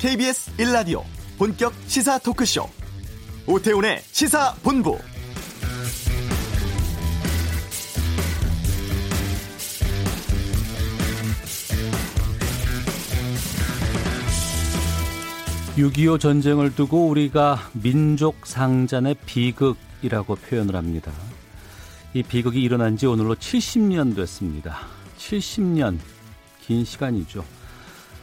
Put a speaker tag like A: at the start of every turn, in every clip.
A: KBS 1라디오 본격 시사 토크쇼 오태훈의 시사본부
B: (6.25) 전쟁을 두고 우리가 민족 상잔의 비극이라고 표현을 합니다. 이 비극이 일어난 지 오늘로 70년 됐습니다. 70년 긴 시간이죠.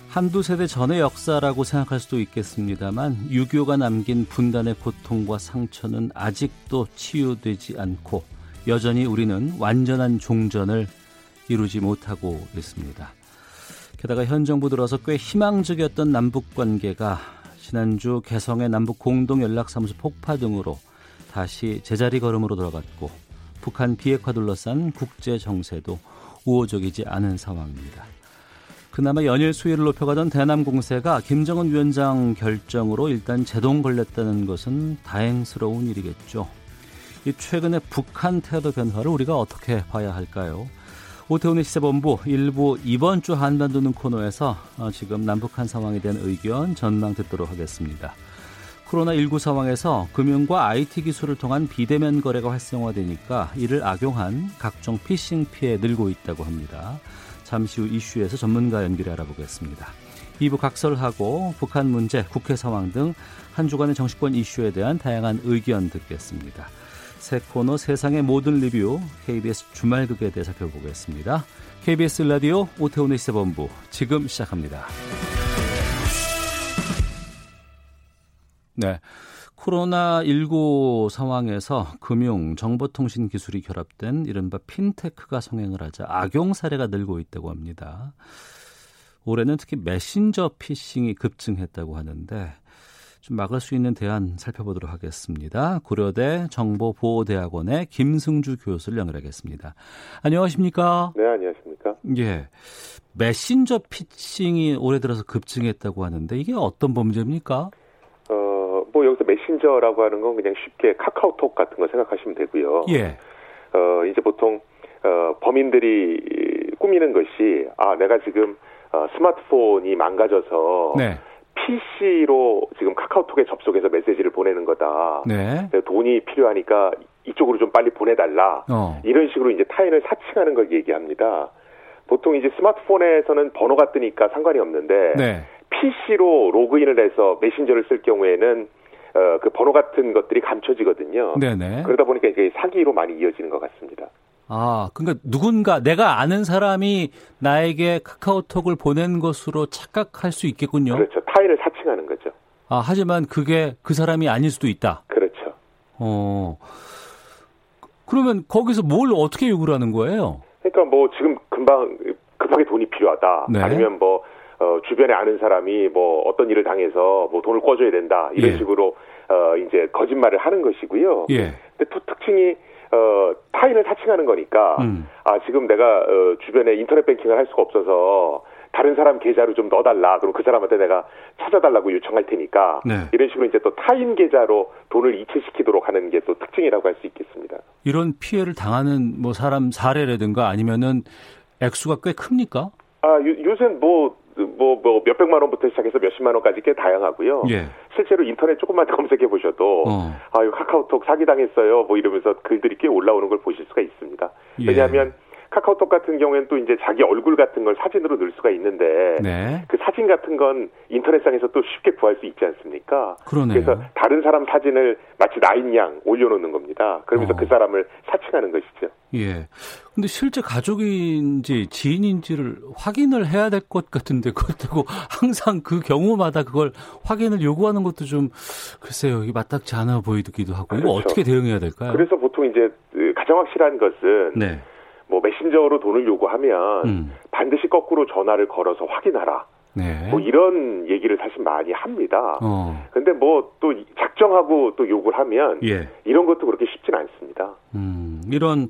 B: 한두 세대 전의 역사라고 생각할 수도 있겠습니다만 6.25가 남긴 분단의 고통과 상처는 아직도 치유되지 않고 여전히 우리는 완전한 종전을 이루지 못하고 있습니다. 게다가 현 정부 들어서 꽤 희망적이었던 남북 관계가 지난주 개성의 남북 공동 연락사무소 폭파 등으로 다시 제자리 걸음으로 돌아갔고 북한 비핵화 둘러싼 국제 정세도 우호적이지 않은 상황입니다. 그나마 연일 수위를 높여가던 대남 공세가 김정은 위원장 결정으로 일단 제동 걸렸다는 것은 다행스러운 일이겠죠. 이 최근의 북한 태도 변화를 우리가 어떻게 봐야 할까요? 오태훈의 시세본부 일부 이번 주 한반 도는 코너에서 어, 지금 남북한 상황에 대한 의견 전망 듣도록 하겠습니다. 코로나19 상황에서 금융과 IT 기술을 통한 비대면 거래가 활성화되니까 이를 악용한 각종 피싱 피해 늘고 있다고 합니다. 잠시 후 이슈에서 전문가 연결해 알아보겠습니다. 2부 각설하고 북한 문제, 국회 상황 등 한 주간의 정치권 이슈에 대한 다양한 의견 듣겠습니다. 새 코너 세상의 모든 리뷰 KBS 주말극에 대해 살펴보겠습니다. KBS 라디오 오태훈의 시사본부 지금 시작합니다. 네. 코로나19 상황에서 금융, 정보통신 기술이 결합된 이른바 핀테크가 성행을 하자 악용 사례가 늘고 있다고 합니다. 올해는 특히 메신저 피싱이 급증했다고 하는데 좀 막을 수 있는 대안 살펴보도록 하겠습니다. 고려대 정보보호대학원의 김승주 교수를 연결하겠습니다. 안녕하십니까?
C: 네, 안녕하십니까.
B: 예. 메신저 피싱이 올해 들어서 급증했다고 하는데 이게 어떤 범죄입니까?
C: 어, 뭐 여기서 메신저라고 하는 건 그냥 쉽게 카카오톡 같은 거 생각하시면 되고요.
B: 예.
C: 어, 이제 보통 어, 범인들이 꾸미는 것이 아, 내가 지금 어, 스마트폰이 망가져서
B: 네.
C: PC로 지금 카카오톡에 접속해서 메시지를 보내는 거다.
B: 네.
C: 근데 돈이 필요하니까 이쪽으로 좀 빨리 보내달라.
B: 어.
C: 이런 식으로 이제 타인을 사칭하는 걸 얘기합니다. 보통 이제 스마트폰에서는 번호가 뜨니까 상관이 없는데
B: 네.
C: PC로 로그인을 해서 메신저를 쓸 경우에는 어, 그 번호 같은 것들이 감춰지거든요.
B: 네네.
C: 그러다 보니까 이게 사기로 많이 이어지는 것 같습니다.
B: 아, 그러니까 누군가 내가 아는 사람이 나에게 카카오톡을 보낸 것으로 착각할 수 있겠군요.
C: 그렇죠. 타인을 사칭하는 거죠.
B: 아, 하지만 그게 그 사람이 아닐 수도 있다.
C: 그렇죠.
B: 어. 그러면 거기서 뭘 어떻게 요구를 하는 거예요?
C: 그러니까 뭐 지금 금방 급하게 돈이 필요하다.
B: 네.
C: 아니면 뭐 어, 주변에 아는 사람이 뭐 어떤 일을 당해서 뭐 돈을 꿔줘야 된다. 이런
B: 예.
C: 식으로 어, 이제 거짓말을 하는 것이고요.
B: 예.
C: 근데 또 특징이 어, 타인을 사칭하는 거니까
B: 음.
C: 아 지금 내가 어, 주변에 인터넷 뱅킹을 할 수가 없어서 다른 사람 계좌로 좀 넣어달라. 그럼 그 사람한테 내가 찾아달라고 요청할 테니까
B: 네.
C: 이런 식으로 이제 또 타인 계좌로 돈을 이체시키도록 하는 게 또 특징이라고 할 수 있겠습니다.
B: 이런 피해를 당하는 뭐 사람 사례라든가 아니면은 액수가 꽤 큽니까?
C: 아 요, 새 뭐뭐 뭐 몇백만 원부터 시작해서 몇십만 원까지 꽤 다양하고요.
B: 예.
C: 실제로 인터넷 조금만 검색해 보셔도
B: 어.
C: 아, 이 카카오톡 사기당했어요. 뭐 이러면서 글들이 꽤 올라오는 걸 보실 수가 있습니다.
B: 예.
C: 왜냐하면 카카오톡 같은 경우에는 또 이제 자기 얼굴 같은 걸 사진으로 넣을 수가 있는데
B: 네.
C: 그 사진 같은 건 인터넷상에서 또 쉽게 구할 수 있지 않습니까?
B: 그러네요.
C: 래서 다른 사람 사진을 마치 나인양 올려놓는 겁니다. 그러면서
B: 어.
C: 그 사람을 사칭하는 것이죠.
B: 예. 근데 실제 가족인지 지인인지를 확인을 해야 될 것 같은데 그렇다고 항상 그 경우마다 그걸 확인을 요구하는 것도 좀 글쎄요 이게 마땅치 않아 보이기도 하고 이거
C: 그렇죠.
B: 어떻게 대응해야 될까요?
C: 그래서 보통 이제 그 가장 확실한 것은
B: 네.
C: 뭐 메신저로 돈을 요구하면
B: 음.
C: 반드시 거꾸로 전화를 걸어서 확인하라.
B: 네.
C: 뭐 이런 얘기를 사실 많이 합니다.
B: 어.
C: 근데 뭐 또 작정하고 또 욕을 하면
B: 예.
C: 이런 것도 그렇게 쉽진 않습니다.
B: 음, 이런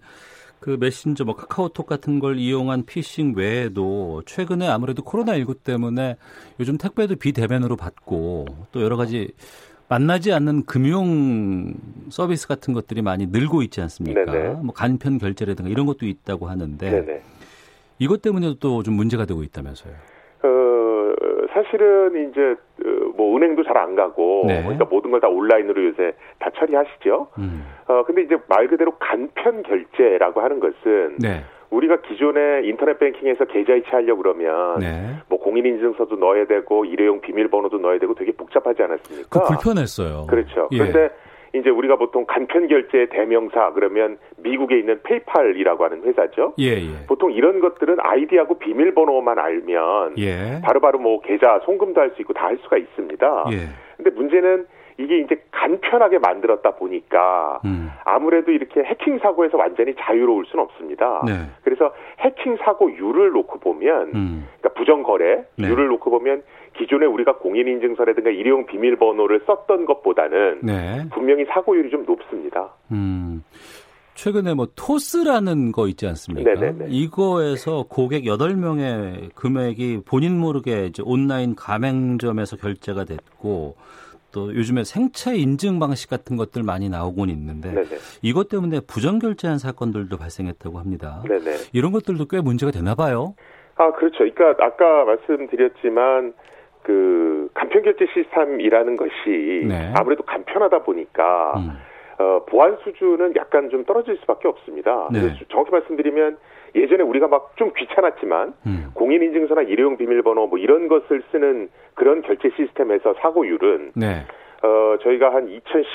B: 그 메신저 뭐 카카오톡 같은 걸 이용한 피싱 외에도 최근에 아무래도 코로나19 때문에 요즘 택배도 비대면으로 받고 또 여러 가지 만나지 않는 금융 서비스 같은 것들이 많이 늘고 있지 않습니까?
C: 네네.
B: 뭐 간편 결제라든가 이런 것도 있다고 하는데
C: 네네.
B: 이것 때문에도 또 좀 문제가 되고 있다면서요.
C: 어, 사실은 이제 어, 뭐 은행도 잘 안 가고
B: 네.
C: 그러니까 모든 걸 다 온라인으로 요새 다 처리하시죠.
B: 음.
C: 어 근데 이제 말 그대로 간편 결제라고 하는 것은
B: 네.
C: 우리가 기존에 인터넷 뱅킹에서 계좌 이체하려고 그러면
B: 네.
C: 뭐 공인인증서도 넣어야 되고 일회용 비밀번호도 넣어야 되고 되게 복잡하지 않았습니까?
D: 그
C: 아,
D: 불편했어요.
C: 그렇죠.
D: 예.
C: 그런데 이제 우리가 보통 간편 결제 대명사 그러면 미국에 있는 페이팔이라고 하는 회사죠.
D: 예, 예.
C: 보통 이런 것들은 아이디하고 비밀번호만 알면
D: 예.
C: 바로바로 뭐 계좌 송금도 할 수 있고 다 할 수가 있습니다.
D: 예.
C: 근데 문제는 이게 이제 간편하게 만들었다 보니까
B: 음.
C: 아무래도 이렇게 해킹 사고에서 완전히 자유로울 수는 없습니다.
B: 네.
C: 그래서 해킹 사고율을 놓고 보면
B: 음.
C: 그러니까 부정
B: 네.
C: 거래율을 놓고 보면 기존에 우리가 공인인증서라든가 일회용 비밀번호를 썼던 것보다는
B: 네.
C: 분명히 사고율이 좀 높습니다.
B: 음. 최근에 뭐 토스라는 거 있지 않습니까?
C: 네네네.
B: 이거에서 고객 8명의 금액이 본인 모르게 이제 온라인 가맹점에서 결제가 됐고 또 요즘에 생체 인증 방식 같은 것들 많이 나오곤 있는데
C: 네네.
B: 이것 때문에 부정 결제한 사건들도 발생했다고 합니다.
C: 네네.
B: 이런 것들도 꽤 문제가 되나 봐요.
C: 아 그렇죠. 그러니까 아까 말씀드렸지만 그 간편 결제 시스템이라는 것이
B: 네.
C: 아무래도 간편하다 보니까
B: 음.
C: 어, 보안 수준은 약간 좀 떨어질 수밖에 없습니다.
B: 네.
C: 그래서 정확히 말씀드리면 예전에 우리가 막 좀 귀찮았지만
B: 음.
C: 공인인증서나 일회용 비밀번호 뭐 이런 것을 쓰는 그런 결제 시스템에서 사고율은
B: 네.
C: 어, 저희가 한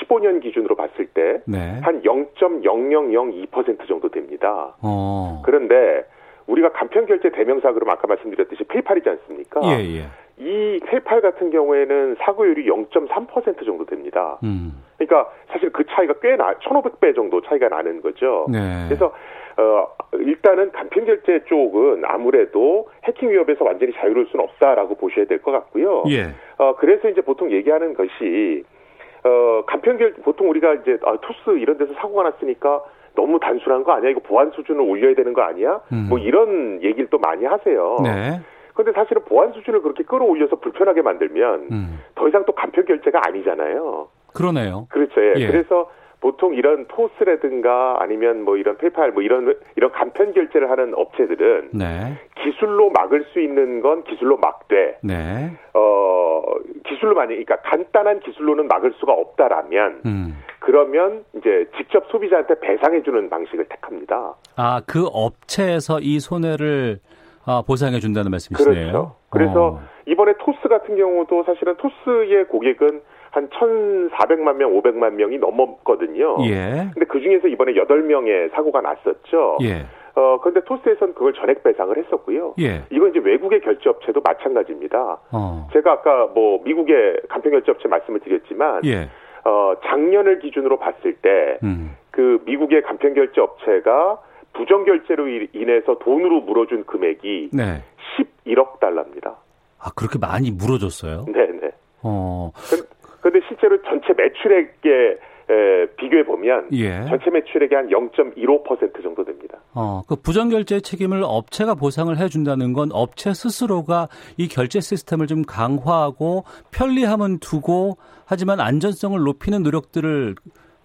C: 2015년 기준으로 봤을 때
B: 네.
C: 한 0.0002% 정도 됩니다.
B: 어.
C: 그런데 우리가 간편 결제 대명사 그럼 아까 말씀드렸듯이 페이팔이지 않습니까?
D: 예, 예.
C: 이 페이팔 같은 경우에는 사고율이 0.3% 정도 됩니다.
B: 음.
C: 그러니까 사실 그 차이가 꽤 나, 1,500배 정도 차이가 나는 거죠.
B: 네.
C: 그래서 어, 일단은 간편 결제 쪽은 아무래도 해킹 위협에서 완전히 자유로울 수는 없다라고 보셔야 될 것 같고요.
D: 예.
C: 어, 그래서 이제 보통 얘기하는 것이, 어, 간편결, 보통 우리가 이제, 아, 토스 이런 데서 사고가 났으니까 너무 단순한 거 아니야? 이거 보안 수준을 올려야 되는 거 아니야?
B: 음.
C: 뭐 이런 얘기를 또 많이 하세요.
B: 네.
C: 근데 사실은 보안 수준을 그렇게 끌어올려서 불편하게 만들면
B: 음.
C: 더 이상 또 간편결제가 아니잖아요.
B: 그러네요.
C: 그렇죠. 예.
D: 예.
C: 그래서 보통 이런 토스라든가 아니면 뭐 이런 페이팔 뭐 이런, 이런 간편결제를 하는 업체들은
B: 네.
C: 기술로 막을 수 있는 건 기술로 막되
B: 네.
C: 어, 기술로 만약, 그러니까 간단한 기술로는 막을 수가 없다라면,
B: 음.
C: 그러면 이제 직접 소비자한테 배상해주는 방식을 택합니다.
B: 아, 그 업체에서 이 손해를 아, 보상해 준다는 말씀이시네요.
C: 그렇죠. 그래서
B: 어.
C: 이번에 토스 같은 경우도 사실은 토스의 고객은 한 1,400만 명, 500만 명이 넘었거든요.
B: 예.
C: 근데 그 중에서 이번에 8명의 사고가 났었죠.
B: 예.
C: 어, 근데 토스에선 그걸 전액 배상을 했었고요.
B: 예.
C: 이건 이제 외국의 결제업체도 마찬가지입니다.
B: 어.
C: 제가 아까 뭐 미국의 간편결제업체 말씀을 드렸지만,
D: 예.
C: 어, 작년을 기준으로 봤을
B: 음.
C: 때 그 미국의 간편결제 업체가 부정결제로 일- 인해서 돈으로 물어준 금액이
D: 네.
C: 11억 달러입니다.
B: 아, 그렇게 많이 물어줬어요?
C: 네네.
B: 어.
C: 근데 실제로 전체 매출액에 에, 비교해 보면
D: 예.
C: 전체 매출액의 한 0.15% 정도 됩니다.
B: 어, 그 부정 결제 책임을 업체가 보상을 해 준다는 건 업체 스스로가 이 결제 시스템을 좀 강화하고 편리함은 두고 하지만 안전성을 높이는 노력들을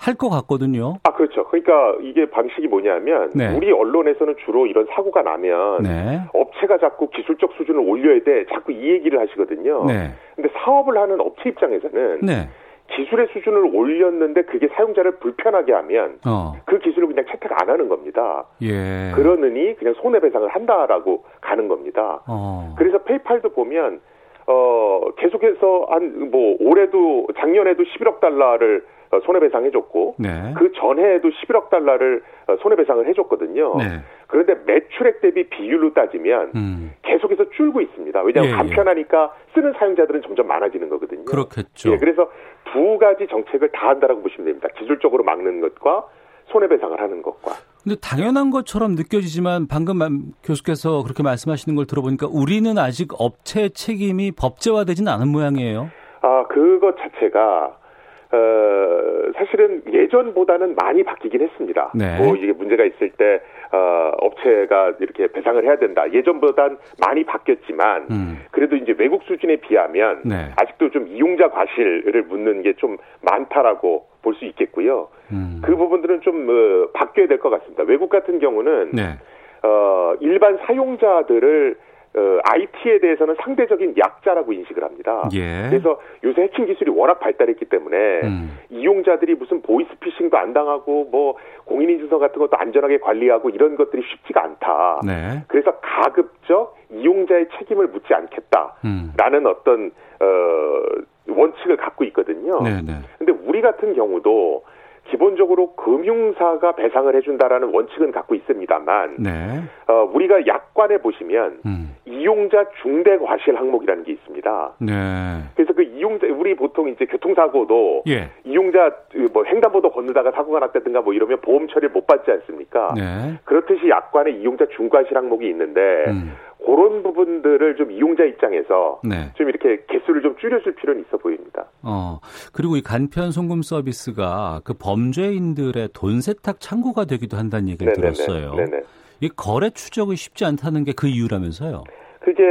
B: 할 것 같거든요.
C: 아 그렇죠. 그러니까 이게 방식이 뭐냐면
B: 네.
C: 우리 언론에서는 주로 이런 사고가 나면
B: 네.
C: 업체가 자꾸 기술적 수준을 올려야 돼 자꾸 이 얘기를 하시거든요.
B: 네.
C: 근데 사업을 하는 업체 입장에서는
B: 네.
C: 기술의 수준을 올렸는데 그게 사용자를 불편하게 하면
B: 어.
C: 그 기술을 그냥 채택 안 하는 겁니다.
B: 예.
C: 그러느니 그냥 손해배상을 한다라고 가는 겁니다.
B: 어.
C: 그래서 페이팔도 보면 어 계속해서 한 뭐 올해도 작년에도 11억 달러를 어, 손해배상해줬고
B: 네.
C: 그 전해에도 11억 달러를 어, 손해배상을 해줬거든요.
B: 네.
C: 그런데 매출액 대비 비율로 따지면
B: 음.
C: 계속해서 줄고 있습니다. 왜냐하면
D: 예, 예.
C: 간편하니까 쓰는 사용자들은 점점 많아지는 거거든요.
B: 그렇겠죠.
C: 예, 그래서 두 가지 정책을 다 한다라고 보시면 됩니다. 기술적으로 막는 것과 손해배상을 하는 것과.
B: 근데 당연한 것처럼 느껴지지만 방금 만- 교수께서 그렇게 말씀하시는 걸 들어보니까 우리는 아직 업체 책임이 법제화되지는 않은 모양이에요.
C: 아, 그것 자체가 어, 사실은 예전보다는 많이 바뀌긴 했습니다.
B: 네.
C: 뭐 이게 문제가 있을 때 어, 업체가 이렇게 배상을 해야 된다. 예전보단 많이 바뀌었지만
B: 음.
C: 그래도 이제 외국 수준에 비하면
B: 네.
C: 아직도 좀 이용자 과실을 묻는 게 좀 많다라고 볼 수 있겠고요.
B: 음.
C: 그 부분들은 좀 어,
B: 네.
C: 바뀌어야 될 것 같습니다. 외국 같은 경우는
D: 네.
C: 어, 일반 사용자들을 어, IT에 대해서는 상대적인 약자라고 인식을 합니다.
B: 예.
C: 그래서 요새 해킹 기술이 워낙 발달했기 때문에
B: 음.
C: 이용자들이 무슨 보이스피싱도 안 당하고 뭐 공인인증서 같은 것도 안전하게 관리하고 이런 것들이 쉽지가 않다.
B: 네.
C: 그래서 가급적 이용자의 책임을 묻지
B: 음.
C: 않겠다라는 어떤 어, 원칙을 갖고 있거든요.
B: 네, 네.
C: 근데 우리 같은 경우도 기본적으로 금융사가 배상을 해준다라는 원칙은 갖고 있습니다만
B: 네.
C: 어, 우리가 약관에 보시면
B: 음.
C: 이용자 중대 과실 항목이라는 게 있습니다.
B: 네.
C: 그래서 그 이용자 우리 보통 이제 교통사고도
B: 예.
C: 이용자 그뭐 횡단보도 건너다가 사고가 났다든가 뭐 이러면 보험 처리를 못 받지 않습니까?
B: 네.
C: 그렇듯이 약관에 이용자 중과실 항목이 있는데
B: 음.
C: 그런 부분들을 좀 이용자 입장에서
B: 네.
C: 좀 이렇게 개수를 좀 줄여줄 필요는 있어 보입니다.
B: 어. 그리고 이 간편 송금 서비스가 그 범죄인들의 돈 세탁 창구가 되기도 한다는 얘기를 네, 들었어요.
C: 네네.
B: 이 거래 추적이 쉽지 않다는 게 그 이유라면서요.
C: 그게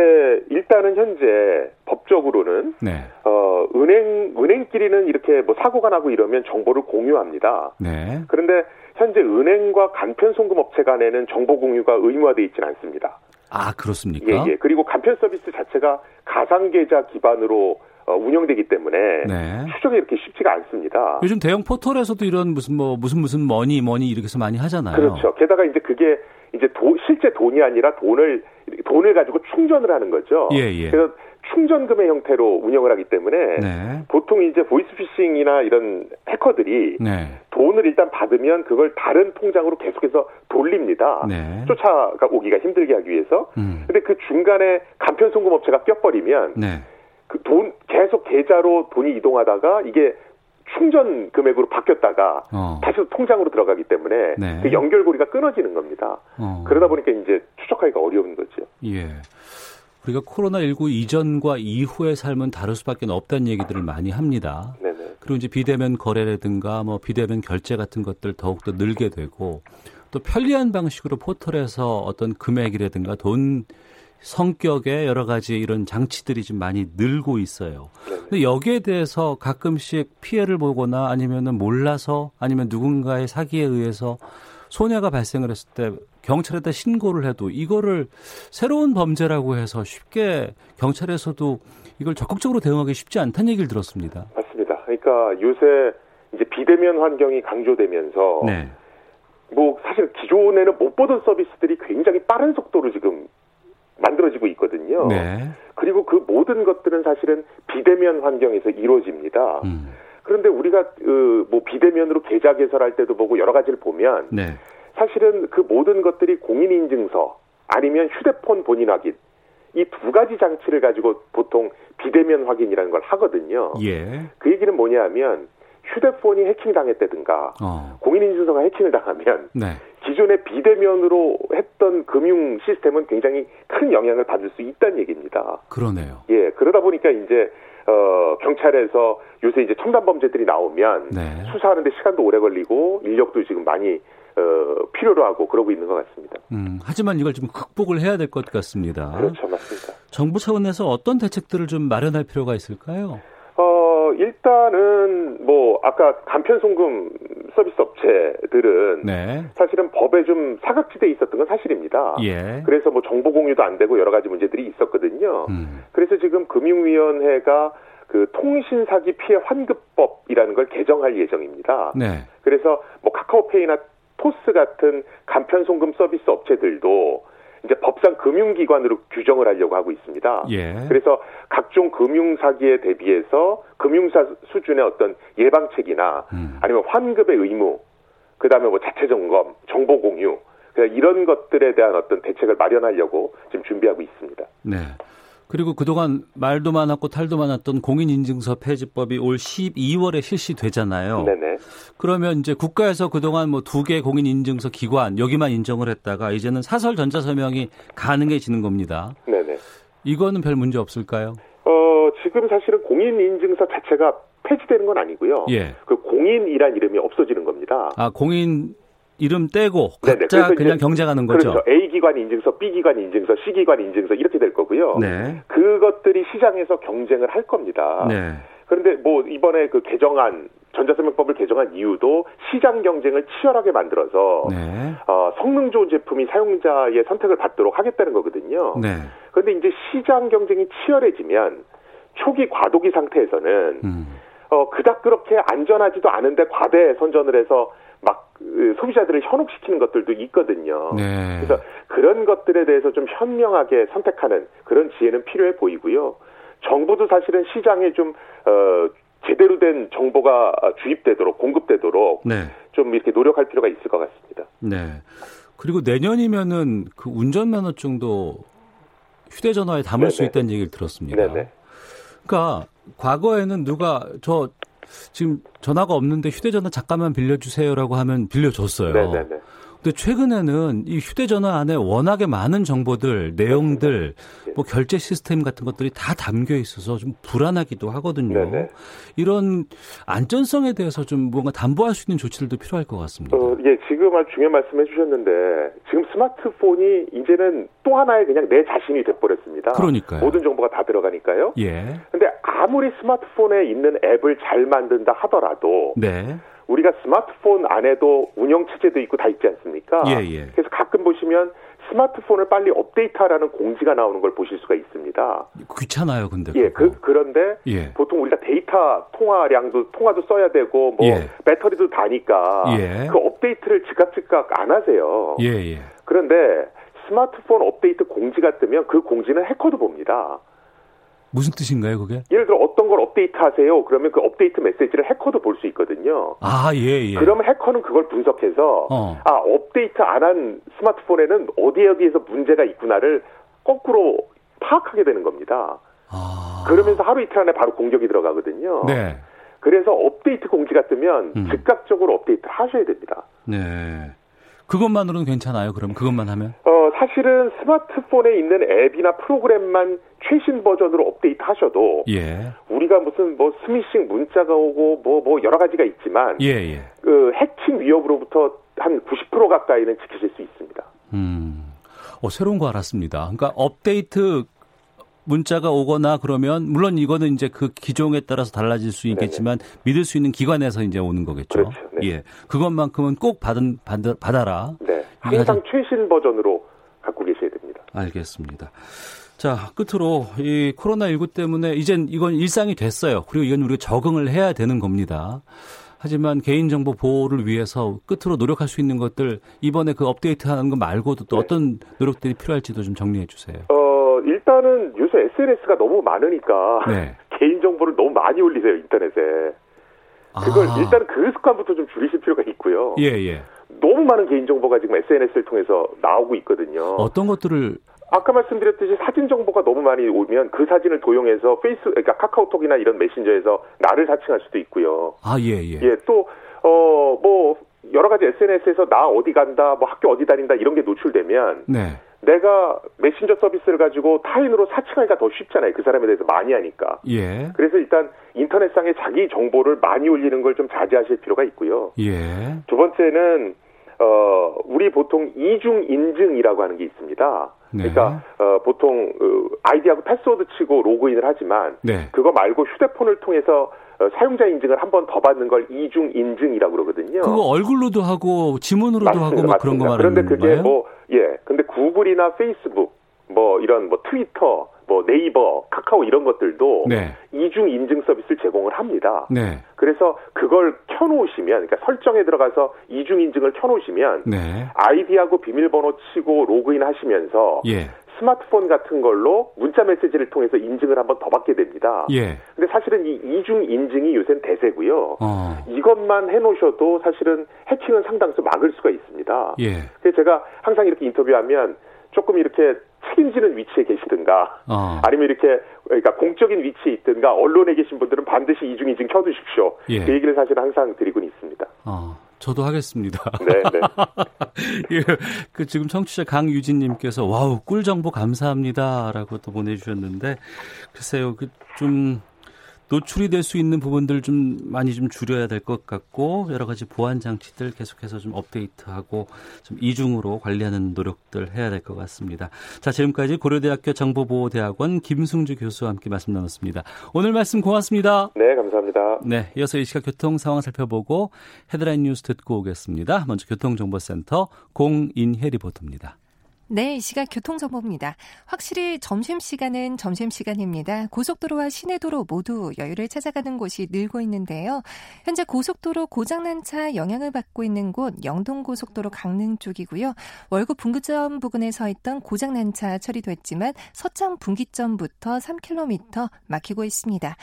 C: 일단은 현재 법적으로는
B: 네.
C: 어, 은행 은행끼리는 이렇게 뭐 사고가 나고 이러면 정보를 공유합니다.
B: 네.
C: 그런데 현재 은행과 간편 송금 업체 간에는 정보 공유가 의무화돼 있지는 않습니다.
B: 아,
C: 예,
B: 그렇습니까?
C: 예. 그리고 간편 서비스 자체가 가상 계좌 기반으로 어, 운영되기 때문에
B: 네.
C: 추적이 이렇게 쉽지가 않습니다.
B: 요즘 대형 포털에서도 이런 무슨 뭐 무슨 무슨 머니 머니 이렇게 해서 많이 하잖아요.
C: 그렇죠. 게다가 이제 그게 이제 돈- 실제 돈이 아니라 돈을 돈을 가지고 충전을 하는 거죠.
B: 예, 예.
C: 그래서 충전금의 형태로 운영을 하기 때문에
B: 네.
C: 보통 이제 보이스피싱이나 이런 해커들이
B: 네.
C: 돈을 일단 받으면 그걸 다른 통장으로 계속해서 돌립니다.
B: 네.
C: 쫓아가 오기가 힘들게 하기 위해서.
B: 음.
C: 근데 그 중간에 간편 송금 업체가 껴버리면
B: 네.
C: 그 돈 계속 계좌로 돈이 이동하다가 이게 충전 금액으로 바뀌었다가
B: 어.
C: 다시 또 통장으로 들어가기 때문에
B: 네.
C: 그 연결고리가 끊어지는 겁니다.
B: 어.
C: 그러다 보니까 이제 추적하기가 어려운 거죠.
B: 예. 우리가 코로나19 이전과 이후의 삶은 다를 수밖에 없다는 얘기들을 많이 합니다.
C: 네네.
B: 그리고 이제 비대면 거래라든가 뭐 비대면 결제 같은 것들 더욱더 늘게 되고 또 편리한 방식으로 포털에서 어떤 금액이라든가 돈 성격의 여러 가지 이런 장치들이 좀 많이 늘고 있어요. 근데 여기에 대해서 가끔씩 피해를 보거나 아니면은 몰라서 아니면 누군가의 사기에 의해서 손해가 발생을 했을 때 경찰에다 신고를 해도 이거를 새로운 범죄라고 해서 쉽게 경찰에서도 이걸 적극적으로 대응하기 쉽지 않다는 얘기를 들었습니다.
C: 맞습니다. 그러니까 요새 이제 비대면 환경이 강조되면서
B: 네.
C: 뭐 사실 기존에는 못 보던 서비스들이 굉장히 빠른 속도로 지금 만들어지고 있거든요.
B: 네.
C: 그리고 그 모든 것들은 사실은 비대면 환경에서 이루어집니다.
B: 음.
C: 그런데 우리가 그, 뭐 비대면으로 계좌 개설할 때도 보고 여러 가지를 보면
B: 네.
C: 사실은 그 모든 것들이 공인인증서 아니면 휴대폰 본인 확인 이 두 가지 장치를 가지고 보통 비대면 확인이라는 걸 하거든요.
B: 예.
C: 그 얘기는 뭐냐하면 휴대폰이 해킹당했다든가
B: 어.
C: 공인인증서가 해킹을 당하면
B: 네.
C: 기존의 비대면으로 했던 금융 시스템은 굉장히 큰 영향을 받을 수 있다는 얘기입니다.
B: 그러네요.
C: 예, 그러다 보니까 이제 어, 경찰에서 요새 이제 첨단 범죄들이 나오면
B: 네.
C: 수사하는데 시간도 오래 걸리고 인력도 지금 많이 어, 필요로 하고 그러고 있는 것 같습니다.
B: 음, 하지만 이걸 좀 극복을 해야 될 것 같습니다.
C: 그렇죠, 맞습니다.
B: 정부 차원에서 어떤 대책들을 좀 마련할 필요가 있을까요?
C: 어, 일단은 뭐 아까 간편 송금 서비스 업체들은
B: 네.
C: 사실은 법에 좀 사각지대에 있었던 건 사실입니다.
B: 예.
C: 그래서 뭐 정보 공유도 안 되고 여러 가지 문제들이 있었거든요.
B: 음.
C: 그래서 지금 금융위원회가 그 통신사기 피해 환급법이라는 걸 개정할 예정입니다.
B: 네.
C: 그래서 뭐 카카오페이나 토스 같은 간편 송금 서비스 업체들도 이제 법상 금융기관으로 규정을 하려고 하고 있습니다.
B: 예.
C: 그래서 각종 금융 사기에 대비해서 금융사 수준의 어떤 예방책이나
B: 음.
C: 아니면 환급의 의무, 그다음에 뭐 자체 점검, 정보 공유 그냥 이런 것들에 대한 어떤 대책을 마련하려고 지금 준비하고 있습니다.
B: 네. 그리고 그동안 말도 많았고 탈도 많았던 공인인증서 폐지법이 올 12월에 실시되잖아요.
C: 네네.
B: 그러면 이제 국가에서 그동안 뭐 두 개 공인인증서 기관 여기만 인정을 했다가 이제는 사설 전자서명이 가능해지는 겁니다.
C: 네네.
B: 이거는 별 문제 없을까요?
C: 어, 지금 사실은 공인인증서 자체가 폐지되는 건 아니고요.
B: 예.
C: 그 공인이란 이름이 없어지는 겁니다.
B: 아 공인 이름 떼고
C: 네네.
B: 각자
C: 그래서 이제-
B: 그냥 경쟁하는 거죠.
C: 그렇죠. A 기관 인증서, B 기관 인증서, C 기관 인증서 이렇게 될 거고요.
B: 네.
C: 그것들이 시장에서 경쟁을 할 겁니다.
B: 네.
C: 그런데 뭐 이번에 그 개정안 전자서명법을 개정한 이유도 시장 경쟁을 치열하게 만들어서
B: 네.
C: 어, 성능 좋은 제품이 사용자의 선택을 받도록 하겠다는 거거든요.
B: 네.
C: 그런데 이제 시장 경쟁이 치열해지면 초기 과도기 상태에서는
B: 음.
C: 어, 그닥 그렇게 안전하지도 않은데 과대 선전을 해서 막 으, 소비자들을 현혹시키는 것들도 있거든요.
B: 네.
C: 어. 그래서 그런 것들에 대해서 좀 현명하게 선택하는 그런 지혜는 필요해 보이고요. 정부도 사실은 시장에 좀 어, 제대로 된 정보가 주입되도록 공급되도록
B: 네.
C: 좀 이렇게 노력할 필요가 있을 것 같습니다.
B: 네. 그리고 내년이면은 그 운전면허증도 휴대전화에 담을 수
C: 네네.
B: 있다는 얘기를 들었습니다.
C: 네네.
B: 그러니까 과거에는 누가 저 지금 전화가 없는데 휴대전화 잠깐만 빌려주세요라고 하면 빌려줬어요.
C: 네네네.
B: 근데 최근에는 이 휴대전화 안에 워낙에 많은 정보들, 내용들,
C: 네.
B: 뭐 결제 시스템 같은 것들이 다 담겨 있어서 좀 불안하기도 하거든요.
C: 네네.
B: 이런 안전성에 대해서 좀 뭔가 담보할 수 있는 조치들도 필요할 것 같습니다.
C: 어, 예, 지금 아주 중요한 말씀해 주셨는데 지금 스마트폰이 이제는 또 하나의 그냥 내 자신이 돼버렸습니다.
B: 그러니까요.
C: 모든 정보가 다 들어가니까요.
B: 예.
C: 근데 아무리 스마트폰에 있는 앱을 잘 만든다 하더라도
B: 네.
C: 우리가 스마트폰 안에도 운영 체제도 있고 다 있지 않습니까?
B: 예, 예.
C: 그래서 가끔 보시면 스마트폰을 빨리 업데이트하라는 공지가 나오는 걸 보실 수가 있습니다.
B: 귀찮아요, 근데.
C: 예,
B: 그거.
C: 그, 그런데
B: 예.
C: 보통 우리가 데이터 통화량도 통화도 써야 되고 뭐
B: 예.
C: 배터리도 다니까
B: 예.
C: 그 업데이트를 즉각 즉각 안 하세요.
B: 예, 예.
C: 그런데 스마트폰 업데이트 공지가 뜨면 그 공지는 해커도 봅니다.
B: 무슨 뜻인가요, 그게?
C: 예를 들어 어떤 걸 업데이트하세요. 그러면 그 업데이트 메시지를 해커도 볼 수 있거든요.
B: 아, 예, 예.
C: 그러면 해커는 그걸 분석해서
B: 어.
C: 아 업데이트 안 한 스마트폰에는 어디 어디에서 문제가 있구나를 거꾸로 파악하게 되는 겁니다.
B: 아.
C: 그러면서 하루 이틀 안에 바로 공격이 들어가거든요.
B: 네.
C: 그래서 업데이트 공지가 뜨면
B: 음.
C: 즉각적으로 업데이트를 하셔야 됩니다.
B: 네. 그것만으로는 괜찮아요, 그럼? 그것만 하면?
C: 어, 사실은 스마트폰에 있는 앱이나 프로그램만 최신 버전으로 업데이트 하셔도
B: 예.
C: 우리가 무슨 뭐 스미싱 문자가 오고 뭐 뭐 여러 가지가 있지만
B: 예, 예.
C: 그 해킹 위협으로부터 한 90% 가까이는 지키실 수 있습니다.
B: 음, 어, 새로운 거 알았습니다. 그러니까 업데이트 문자가 오거나 그러면 물론 이거는 이제 그 기종에 따라서 달라질 수 있겠지만 믿을 수 있는 기관에서 이제 오는 거겠죠.
C: 네, 그렇죠. 네.
B: 예, 그것만큼은 꼭 받은 받, 받아라.
C: 네.
B: 이게
C: 항상 최신 버전으로 갖고 계셔야 됩니다.
B: 알겠습니다. 자, 끝으로 이 코로나19 때문에 이젠 이건 일상이 됐어요. 그리고 이건 우리가 적응을 해야 되는 겁니다. 하지만 개인정보 보호를 위해서 끝으로 노력할 수 있는 것들 이번에 그 업데이트 하는 것 말고도 또
C: 네.
B: 어떤 노력들이 필요할지도 좀 정리해 주세요.
C: 어, 일단은 요새 SNS가 너무 많으니까
B: 네.
C: 개인정보를 너무 많이 올리세요, 인터넷에. 그걸
B: 아,
C: 일단 그 습관부터 좀 줄이실 필요가 있고요.
B: 예, 예.
C: 너무 많은 개인정보가 지금 SNS를 통해서 나오고 있거든요.
B: 어떤 것들을
C: 아까 말씀드렸듯이 사진 정보가 너무 많이 오면 그 사진을 도용해서 페이스, 그러니까 카카오톡이나 이런 메신저에서 나를 사칭할 수도 있고요.
B: 아, 예, 예.
C: 예, 또, 어, 뭐, 여러 가지 SNS에서 나 어디 간다, 뭐 학교 어디 다닌다 이런 게 노출되면
B: 네.
C: 내가 메신저 서비스를 가지고 타인으로 사칭하기가 더 쉽잖아요. 그 사람에 대해서 많이 하니까.
B: 예.
C: 그래서 일단 인터넷상에 자기 정보를 많이 올리는 걸 좀 자제하실 필요가 있고요.
B: 예.
C: 두 번째는 어 우리 보통 이중 인증이라고 하는 게 있습니다.
B: 네.
C: 그러니까 어, 보통 어, 아이디하고 패스워드 치고 로그인을 하지만
B: 네.
C: 그거 말고 휴대폰을 통해서 어, 사용자 인증을 한 번 더 받는 걸 이중 인증이라고 그러거든요.
B: 그거 얼굴로도 하고 지문으로도 하고 막 그런 거
C: 맞습니다.
B: 말하는
C: 그런데 그게
B: 거예요?
C: 뭐 예, 근데 구글이나 페이스북 뭐 이런 뭐 트위터 뭐 네이버, 카카오 이런 것들도
B: 네.
C: 이중 인증 서비스를 제공을 합니다.
B: 네.
C: 그래서 그걸 켜놓으시면, 그러니까 설정에 들어가서 이중 인증을 켜놓으시면
B: 네.
C: 아이디하고 비밀번호 치고 로그인 하시면서
B: 예.
C: 스마트폰 같은 걸로 문자 메시지를 통해서 인증을 한번 더 받게 됩니다.
B: 예.
C: 근데 사실은 이 이중 인증이 요새는 대세고요.
B: 어.
C: 이것만 해놓으셔도 사실은 해킹은 상당수 막을 수가 있습니다.
B: 예.
C: 그래서 제가 항상 이렇게 인터뷰하면 조금 이렇게 책임지는 위치에 계시든가
B: 어.
C: 아니면 이렇게 그러니까 공적인 위치에 있든가 언론에 계신 분들은 반드시 이중이중 켜두십시오.
B: 예.
C: 그 얘기를 사실 항상 드리고 있습니다.
B: 어. 저도 하겠습니다.
C: 네, 네.
B: 예. 그 지금 청취자 강유진님께서 와우 꿀 정보 감사합니다라고 또 보내주셨는데 글쎄요 그 좀 노출이 될 수 있는 부분들 좀 많이 좀 줄여야 될 것 같고 여러 가지 보안 장치들 계속해서 좀 업데이트하고 좀 이중으로 관리하는 노력들 해야 될 것 같습니다. 자 지금까지 고려대학교 정보보호대학원 김승주 교수와 함께 말씀 나눴습니다. 오늘 말씀 고맙습니다.
E: 네, 감사합니다.
B: 네, 이어서 이 시각 교통 상황 살펴보고 헤드라인 뉴스 듣고 오겠습니다. 먼저 교통정보센터 공인혜 리포트입니다.
D: 네, 이 시각 교통정보입니다. 확실히 점심시간은 점심시간입니다. 고속도로와 시내도로 모두 여유를 찾아가는 곳이 늘고 있는데요. 현재 고속도로 고장난 차 영향을 받고 있는 곳 영동고속도로 강릉 쪽이고요. 월급 분기점 부근에 서 있던 고장난 차 처리됐지만 서창 분기점부터 3km 막히고 있습니다.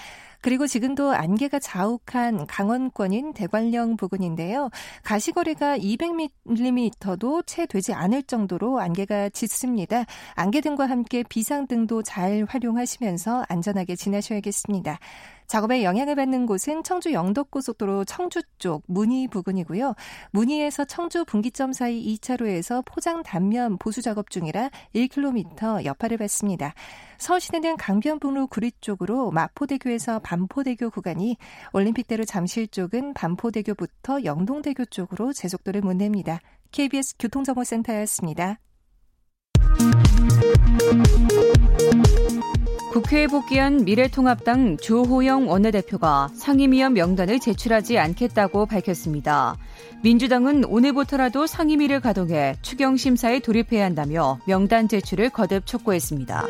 D: 그리고 지금도 안개가 자욱한 강원권인 대관령 부근인데요. 가시거리가 200mm도 채 되지 않을 정도로 안개가 짙습니다. 안개 등과 함께 비상등도 잘 활용하시면서 안전하게 지나셔야겠습니다. 작업에 영향을 받는 곳은 청주 영덕고속도로 청주 쪽 문희 부근이고요. 문희에서 청주 분기점 사이 2차로에서 포장 단면 보수 작업 중이라 1km 여파를 받습니다. 서울시내는 강변북로 구리 쪽으로 마포대교에서 반포대교 구간이 올림픽대로 잠실 쪽은 반포대교부터 영동대교 쪽으로 제속도를 못 냅니다. KBS 교통정보센터였습니다.
F: 국회에 복귀한 미래통합당 조호영 원내대표가 상임위원 명단을 제출하지 않겠다고 밝혔습니다. 민주당은 오늘부터라도 상임위를 가동해 추경 심사에 돌입해야 한다며 명단 제출을 거듭 촉구했습니다.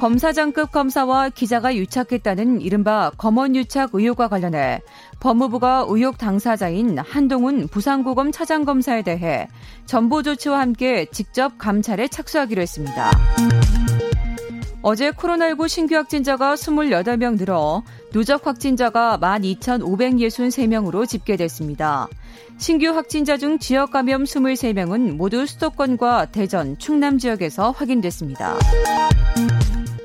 F: 검사장급 검사와 기자가 유착했다는 이른바 검언 유착 의혹과 관련해 법무부가 의혹 당사자인 한동훈 부산고검 차장검사에 대해 전보 조치와 함께 직접 감찰에 착수하기로 했습니다. 어제 코로나19 신규 확진자가 28명 늘어 누적 확진자가 12,563명으로 집계됐습니다. 신규 확진자 중 지역 감염 23명은 모두 수도권과 대전, 충남 지역에서 확인됐습니다.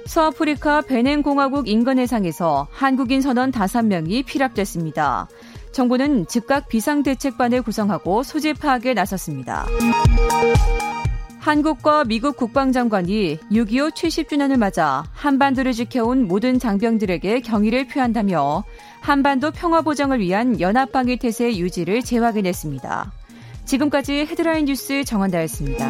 F: 서아프리카 베냉공화국 인근 해상에서 한국인 선원 5명이 피랍됐습니다. 정부는 즉각 비상대책반을 구성하고 소재 파악에 나섰습니다. 한국과 미국 국방장관이 6.25 70주년을 맞아 한반도를 지켜온 모든 장병들에게 경의를 표한다며 한반도 평화보장을 위한 연합방위 태세 유지를 재확인했습니다. 지금까지 헤드라인 뉴스 정원다였습니다.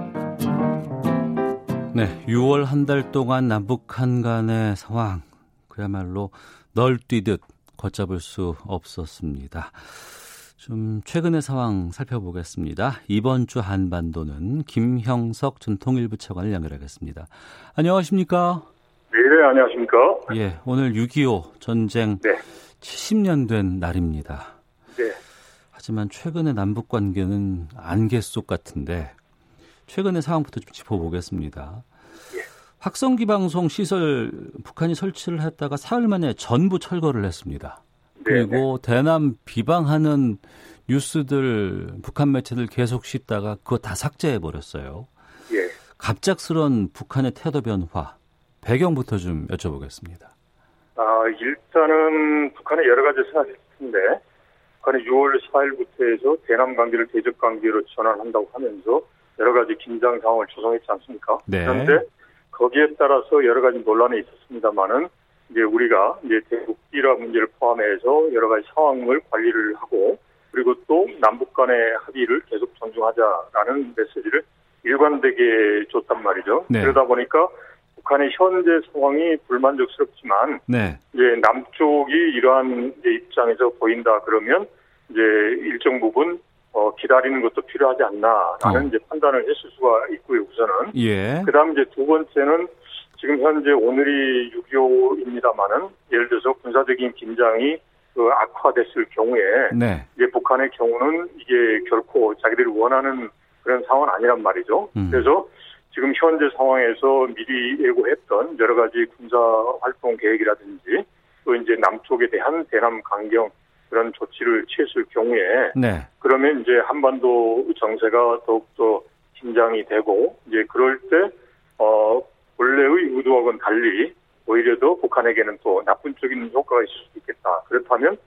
B: 네, 6월 한 달 동안 남북한 간의 상황 그야말로 널뛰듯 걷잡을 수 없었습니다. 좀 최근의 상황 살펴보겠습니다. 이번 주 한반도는 김형석 전 통일부 차관을 연결하겠습니다. 안녕하십니까?
C: 네, 안녕하십니까?
B: 예, 오늘 6.25 전쟁
C: 네.
B: 70년 된 날입니다.
C: 네.
B: 하지만 최근의 남북 관계는 안개 속 같은데 최근의 상황부터 좀 짚어보겠습니다. 확성기 방송 시설 북한이 설치를 했다가 사흘 만에 전부 철거를 했습니다. 그리고 네네. 대남 비방하는 뉴스들 북한 매체들 계속 씻다가 그거 다 삭제해 버렸어요.
C: 예.
B: 갑작스런 북한의 태도 변화 배경부터 좀 여쭤보겠습니다.
C: 아 일단은 북한의 여러 가지 생각이 있는데 북한이 6월 4일부터 해서 대남 관계를 대적 관계로 전환한다고 하면서 여러 가지 긴장 상황을 조성했지 않습니까?
B: 네.
C: 그런데 거기에 따라서 여러 가지 논란이 있었습니다만은 이제 우리가 이제 대북 비라 문제를 포함해서 여러 가지 상황을 관리를 하고 그리고 또 남북 간의 합의를 계속 존중하자라는 메시지를 일관되게 줬단 말이죠.
B: 네.
C: 그러다 보니까 북한의 현재 상황이 불만족스럽지만
B: 네.
C: 이제 남쪽이 이러한 이제 입장에서 보인다 그러면 이제 일정 부분 어, 기다리는 것도 필요하지 않나라는
B: 어.
C: 이제 판단을 했을 수가 있고요. 우선은
B: 예.
C: 그다음 이제 두 번째는 지금 현재 오늘이 6.25입니다만은 예를 들어서 군사적인 긴장이 그 악화됐을 경우에
B: 네.
C: 이제 북한의 경우는 이게 결코 자기들이 원하는 그런 상황은 아니란 말이죠.
B: 음.
C: 그래서 지금 현재 상황에서 미리 예고했던 여러 가지 군사 활동 계획이라든지 또 이제 남쪽에 대한 대남 강경 그런 조치를 취했을 경우에
B: 네.
C: 그러면 이제 한반도 정세가 더욱더 긴장이 되고 이제 그럴 때 어, 본래의 의도와는 달리 오히려 더 북한에게는 또 나쁜 쪽인 효과가 있을 수 있겠다. 그렇다면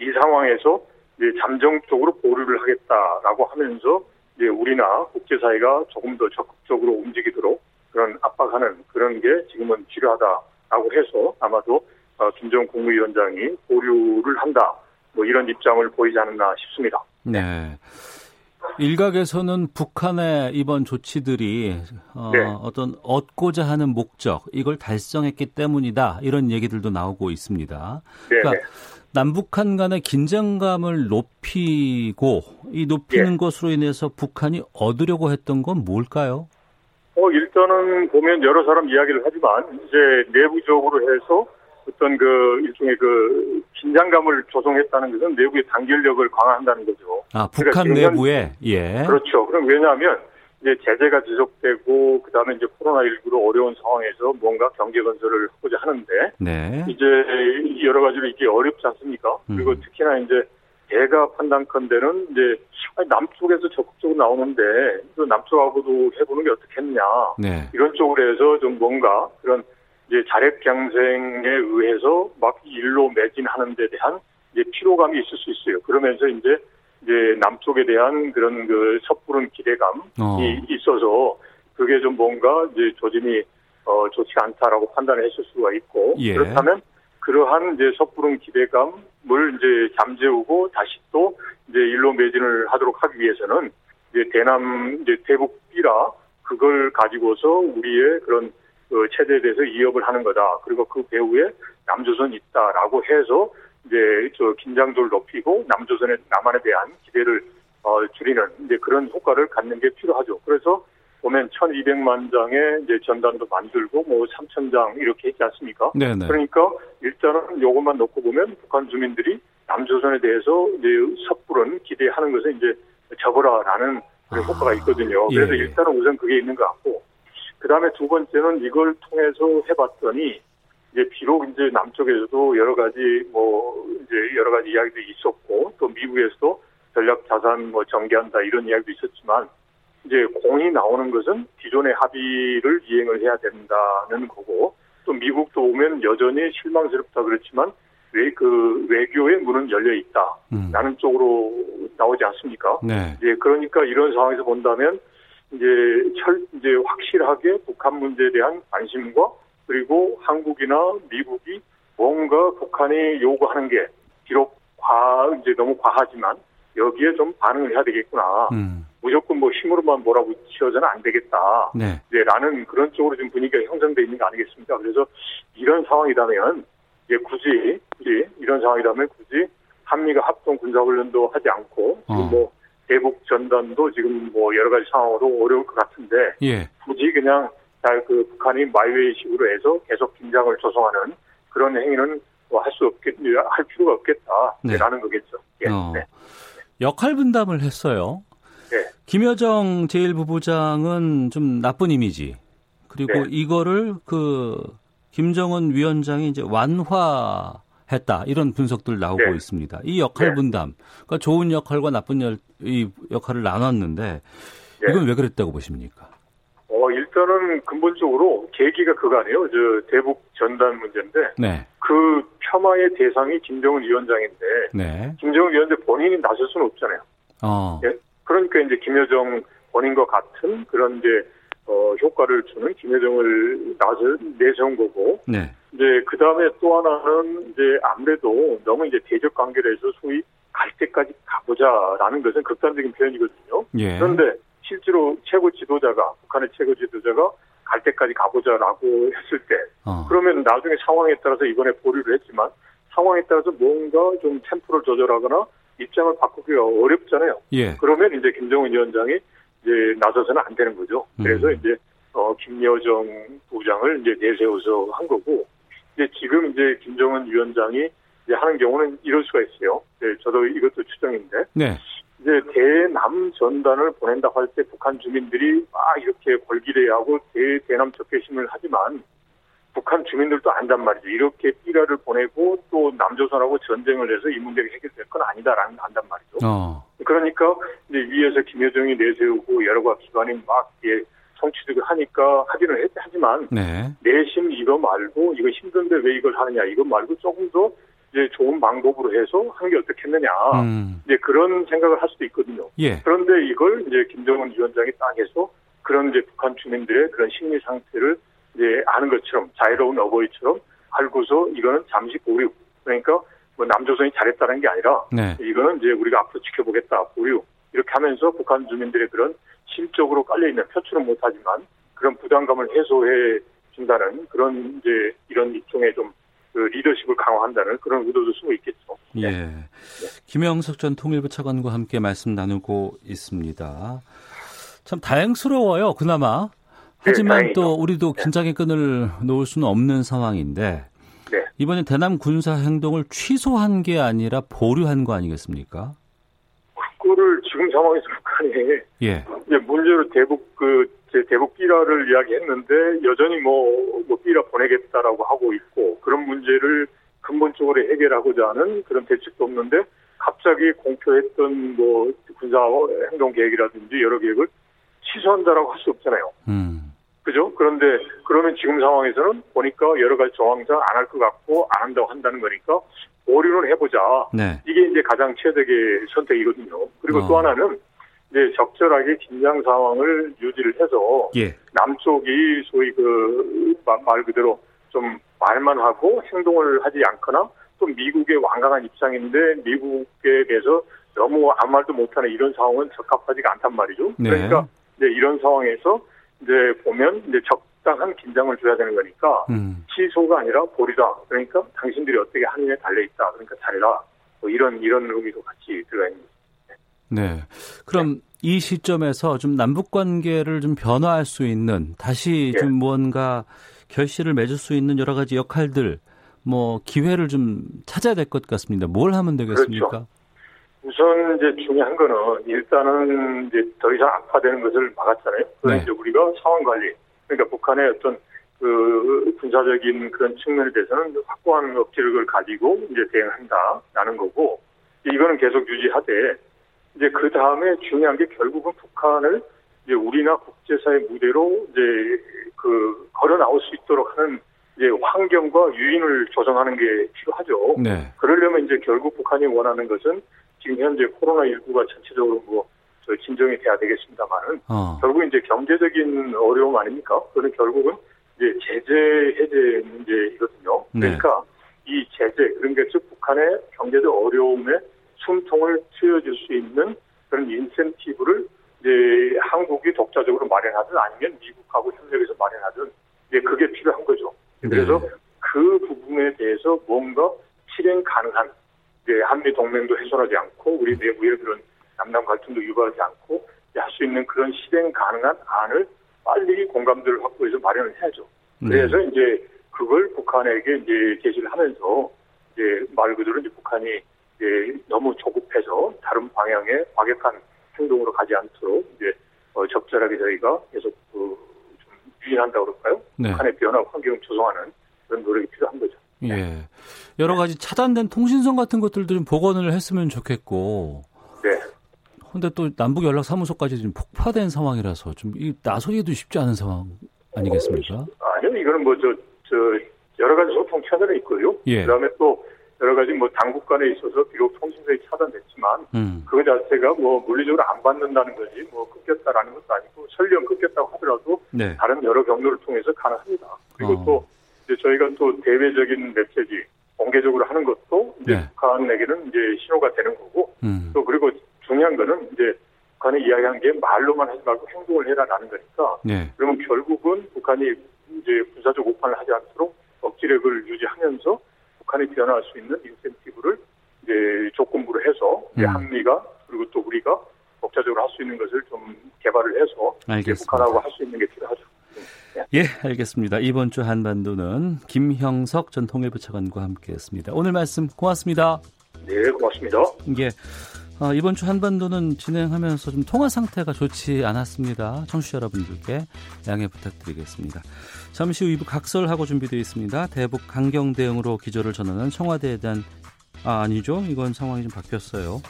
C: 이 상황에서 이제 잠정적으로 보류를 하겠다라고 하면서 이제 우리나 국제사회가 조금 더 적극적으로 움직이도록 그런 압박하는 그런 게 지금은 필요하다라고 해서 아마도 어, 김정 국무위원장이 보류를 한다. 뭐 이런 입장을 보이지 않았나 싶습니다.
B: 네. 일각에서는 북한의 이번 조치들이 어,
C: 네.
B: 어떤 얻고자 하는 목적 이걸 달성했기 때문이다 이런 얘기들도 나오고 있습니다.
C: 네.
B: 그러니까 남북한 간의 긴장감을 높이고 이
C: 네.
B: 높이는 것으로 인해서 북한이 얻으려고 했던 건 뭘까요?
C: 어, 일단은 보면 여러 사람 이야기를 하지만 이제 내부적으로 해서 어떤 그 일종의 그 긴장감을 조성했다는 것은 내부의 단결력을 강화한다는 거죠.
B: 아
C: 그러니까
B: 북한
C: 굉장히-
B: 내부에 예
C: 그렇죠. 그럼 왜냐하면 이제 제재가 지속되고 그다음에 이제 코로나19로 어려운 상황에서 뭔가 경제 건설을 하고자 하는데
B: 네
C: 이제 여러 가지로 이게 어렵지 않습니까?
B: 음.
C: 그리고 특히나 이제 제가 판단컨대는 이제 아니, 남쪽에서 적극적으로 나오는데 또 남쪽하고도 해보는 게 어떻겠냐
B: 네.
C: 이런 쪽으로 해서 좀 뭔가 그런 이제 자력 경쟁에 의해서 막 일로 매진하는 데 대한 이제 피로감이 있을 수 있어요. 그러면서 이제 이제 남쪽에 대한 그런 그 섣부른 기대감이
B: 어.
C: 있어서 그게 좀 뭔가 이제 조짐이 어, 좋지가 않다라고 판단했을 수가 있고
B: 예.
C: 그렇다면 그러한 이제 섣부른 기대감을 이제 잠재우고 다시 또 이제 일로 매진을 하도록 하기 위해서는 이제 대남 이제 대북 비라 그걸 가지고서 우리의 그런 어, 체제에 대해서 이협을 하는 거다. 그리고 그 배후에 남조선 있다라고 해서 이제 저 긴장도를 높이고 남조선의 남한에 대한 기대를 어, 줄이는 이제 그런 효과를 갖는 게 필요하죠. 그래서 보면 1,200만 장의 이제 전단도 만들고 뭐 3,000장 이렇게 했지 않습니까?
B: 네네
C: 그러니까 일단은 요것만 놓고 보면 북한 주민들이 남조선에 대해서 이제 섣부른 기대하는 것은 이제 접어라라는 그런
B: 아,
C: 효과가 있거든요.
B: 예,
C: 그래서
B: 예.
C: 일단은 우선 그게 있는 것 같고, 그 다음에 두 번째는 이걸 통해서 해봤더니 이제 비록 이제 남쪽에서도 여러 가지 뭐 이제 여러 가지 이야기들이 있었고 또 미국에서도 전략 자산 뭐 전개한다 이런 이야기도 있었지만 이제 공이 나오는 것은 기존의 합의를 이행을 해야 된다는 거고 또 미국도 보면 여전히 실망스럽다 그렇지만 외 그 외교의 문은 열려 있다라는
B: 음.
C: 쪽으로 나오지 않습니까?
B: 네
C: 예, 그러니까 이런 상황에서 본다면 이제 철 이제 확실하게 북한 문제에 대한 관심과 그리고 한국이나 미국이 뭔가 북한이 요구하는 게 비록 과 이제 너무 과하지만 여기에 좀 반응을 해야 되겠구나.
B: 음.
C: 무조건 뭐 힘으로만 몰아붙여서는 안 되겠다.
B: 네
C: 이제 예, 라는 그런 쪽으로 지금 분위기가 형성돼 있는 거 아니겠습니까? 그래서 이런 상황이라면 이제 굳이 굳이 이런 상황이라면 굳이 한미가 합동 군사훈련도 하지 않고 지금
B: 어.
C: 뭐 대북 전단도 지금 뭐 여러 가지 상황으로 어려울 것 같은데
B: 예.
C: 굳이 그냥 잘 그 북한이 마이웨이식으로 해서 계속 긴장을 조성하는 그런 행위는 뭐 할 수 없겠 할 필요가
B: 네.
C: 없겠다라는 거겠죠. 예.
B: 어,
C: 네.
B: 역할 분담을 했어요.
C: 네.
B: 김여정 제1부부장은 좀 나쁜 이미지. 그리고
C: 네.
B: 이거를 그 김정은 위원장이 이제 완화했다. 이런 분석들 나오고
C: 네.
B: 있습니다. 이 역할
C: 네.
B: 분담. 그러니까 좋은 역할과 나쁜 열, 이 역할을 나눴는데
C: 네.
B: 이건 왜 그랬다고 보십니까?
C: 어 일단은 근본적으로 계기가 그거 아니에요. 저 대북 전단 문제인데
B: 네.
C: 그 폄하의 대상이 김정은 위원장인데
B: 네.
C: 김정은 위원장 본인이 나설 수는 없잖아요.
B: 어.
C: 예. 그러니까 이제 김여정 본인과 같은 그런 이제 어, 효과를 주는 김여정을 나설 내세운 거고
B: 네.
C: 이제 그 다음에 또 하나는 이제 아무래도 너무 이제 대적 관계를 해서 소위 갈 때까지 가보자라는 것은 극단적인 표현이거든요.
B: 예.
C: 그런데 실제로 최고 지도자가 북한의 최고 지도자가 갈 때까지 가보자라고 했을 때
B: 어.
C: 그러면 나중에 상황에 따라서 이번에 보류를 했지만 상황에 따라서 뭔가 좀 템포를 조절하거나 입장을 바꾸기가 어렵잖아요.
B: 예.
C: 그러면 이제 김정은 위원장이 이제 나서서는 안 되는 거죠. 그래서
B: 음.
C: 이제 어, 김여정 부장을 이제 내세워서 한 거고 이제 지금 이제 김정은 위원장이 이제 하는 경우는 이럴 수가 있어요. 네, 저도 이것도 추정인데
B: 네.
C: 이제 대남 전단을 보낸다 할 때 북한 주민들이 막 이렇게 골기대하고 대, 대남 적개심을 하지만 북한 주민들도 안단 말이죠. 이렇게 삐라를 보내고 또 남조선하고 전쟁을 해서 이 문제가 해결될 건 아니다라는 안단 말이죠.
B: 어.
C: 그러니까 이제 위에서 김여정이 내세우고 여러 기관이 막 예, 성취득을 하니까 하기는 했, 하지만
B: 네.
C: 내심 이거 말고 이거 힘든데 왜 이걸 하느냐 이거 말고 조금 더 이제 좋은 방법으로 해서 하는 게 어떻겠느냐
B: 음.
C: 이제 그런 생각을 할 수도 있거든요.
B: 예.
C: 그런데 이걸 이제 김정은 위원장이 딱 해서 그런 이제 북한 주민들의 그런 심리 상태를 이제 아는 것처럼 자유로운 어버이처럼 알고서 이거는 잠시 보류 그러니까 뭐 남조선이 잘했다는 게 아니라
B: 네.
C: 이거는 이제 우리가 앞으로 지켜보겠다 보류 이렇게 하면서 북한 주민들의 그런 심적으로 깔려 있는 표출은 못하지만 그런 부담감을 해소해 준다는 그런 이제 이런 일종의 좀그 리더십을 강화한다는 그런 의도도 숨어 있겠죠.
B: 예. 김영석 전 통일부 차관과 함께 말씀 나누고 있습니다. 참 다행스러워요, 그나마. 하지만
C: 네, 다행이죠.
B: 또 우리도 긴장의 끈을 놓을 수는 없는 상황인데
C: 네.
B: 이번에 대남 군사 행동을 취소한 게 아니라 보류한 거 아니겠습니까?
C: 그거를 지금 상황에서 북한이
B: 예.
C: 이제 문제로 대북 그 이제 대북 비라를 이야기했는데 여전히 뭐뭐 비라 보내겠다라고 하고 있고 그런 문제를 근본적으로 해결하고자 하는 그런 대책도 없는데 갑자기 공표했던 뭐 군사 행동 계획이라든지 여러 계획을 취소한다라고 할 수 없잖아요.
B: 음.
C: 그죠? 그런데 그러면 지금 상황에서는 보니까 여러 가지 정황상 안 할 것 같고 안 한다고 한다는 거니까 오류는 해보자.
B: 네.
C: 이게 이제 가장 최적의 선택이거든요. 그리고
B: 어.
C: 또 하나는 이제 적절하게 긴장 상황을 유지를 해서
B: 예.
C: 남쪽이 소위 그 말 그대로 좀 말만 하고 행동을 하지 않거나 또 미국의 완강한 입장인데 미국에 대해서 너무 아무 말도 못하는 이런 상황은 적합하지가 않단 말이죠.
B: 네.
C: 그러니까 이제 이런 상황에서 이제 보면 이제 적당한 긴장을 줘야 되는 거니까
B: 음.
C: 취소가 아니라 보리다. 그러니까 당신들이 어떻게 하느냐에 달려 있다. 그러니까 잘해라. 뭐 이런 이런 의미도 같이 들어가 있는.
B: 네. 그럼 이 시점에서 좀 남북 관계를 좀 변화할 수 있는 다시
C: 예.
B: 좀 무언가 결실을 맺을 수 있는 여러 가지 역할들 뭐 기회를 좀 찾아야 될 것 같습니다. 뭘 하면 되겠습니까?
C: 그렇죠. 우선 이제 중요한 거는 일단은 이제 더 이상 악화되는 것을 막았잖아요. 그래서
B: 네.
C: 이제 우리가 상황 관리, 그러니까 북한의 어떤 그 군사적인 그런 측면에 대해서는 확고한 억지력을 가지고 이제 대응한다라는 거고 이거는 계속 유지하되 이제 그 다음에 중요한 게 결국은 북한을 이제 우리나 국제사회 무대로 이제 그 걸어 나올 수 있도록 하는 이제 환경과 유인을 조성하는 게 필요하죠.
B: 네.
C: 그러려면 이제 결국 북한이 원하는 것은 지금 현재 코로나19가 전체적으로 뭐, 저 진정이 돼야 되겠습니다만은
B: 어.
C: 결국 이제 경제적인 어려움 아닙니까? 그는 결국은 이제 제재 해제 문제이거든요.
B: 네.
C: 그러니까 이 제재, 그러니까 즉 북한의 경제적 어려움에 숨통을 트여줄 수 있는 그런 인센티브를 이제 한국이 독자적으로 마련하든 아니면 미국하고 협력해서 마련하든 이제 그게 필요한 거죠. 그래서
B: 네.
C: 그 부분에 대해서 뭔가 실행 가능한 이제 한미 동맹도 훼손하지 않고 우리 내부의 그런 남남 갈등도 유발하지 않고 할 수 있는 그런 실행 가능한 안을 빨리 공감대를 확보해서 마련을 해야죠.
B: 네.
C: 그래서 이제 그걸 북한에게 이제 제시를 하면서 이제 말 그대로 이제 북한이 이제 너무 조급해서 다른 방향의 과격한 행동으로 가지 않도록 이제 어, 적절하게 저희가 계속 그좀 유인한다고 그럴까요?
B: 네.
C: 북한의 변화 환경을 조성하는 그런 노력이 필요한 거죠.
B: 예. 여러 가지 차단된 통신선 같은 것들도 좀 복원을 했으면 좋겠고.
C: 네.
B: 근데 또 남북 연락 사무소까지 지금 폭파된 상황이라서 좀 이 나서기도 쉽지 않은 상황 아니겠습니까?
C: 아니요, 이거는 뭐, 저, 저, 여러 가지 소통 채널이 있고요.
B: 예.
C: 그 다음에 또, 여러 가지 뭐, 당국 간에 있어서 비록 통신선이 차단됐지만,
B: 음.
C: 그거 자체가 뭐, 물리적으로 안 받는다는 거지, 뭐, 끊겼다라는 것도 아니고, 설령 끊겼다고 하더라도,
B: 네.
C: 다른 여러 경로를 통해서 가능합니다. 그리고
B: 어.
C: 또, 이제 저희가 또 대외적인 메시지, 공개적으로 하는 것도, 이제
B: 네.
C: 북한에게는 이제 신호가 되는 거고,
B: 음.
C: 또 그리고 중요한 거는, 이제, 북한이 이야기한 게 말로만 하지 말고 행동을 해라라는 거니까,
B: 네.
C: 그러면 결국은 북한이 이제 군사적 오판을 하지 않도록 억지력을 유지하면서 북한이 변화할 수 있는 인센티브를 이제 조건부로 해서 이제
B: 음.
C: 한미가 그리고 또 우리가 독자적으로 할 수 있는 것을 좀 개발을 해서 이제
B: 알겠습니다.
C: 북한하고 할 수 있는 게 필요하죠.
B: 예, 알겠습니다. 이번 주 한반도는 김형석 전 통일부 차관과 함께했습니다. 오늘 말씀 고맙습니다.
C: 네, 고맙습니다.
B: 예, 어, 이번 주 한반도는 진행하면서 좀 통화 상태가 좋지 않았습니다. 청취자 여러분들께 양해 부탁드리겠습니다. 잠시 후 2부 각설하고 준비되어 있습니다. 대북 강경 대응으로 기조를 전하는 청와대에 대한 아, 아니죠. 이건 상황이 좀 바뀌었어요.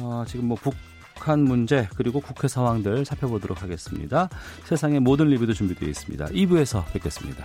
B: 어, 지금 뭐 북한 문제 그리고 국회 상황들 살펴보도록 하겠습니다. 세상의 모든 리뷰도 준비되어 있습니다. 2부에서 뵙겠습니다.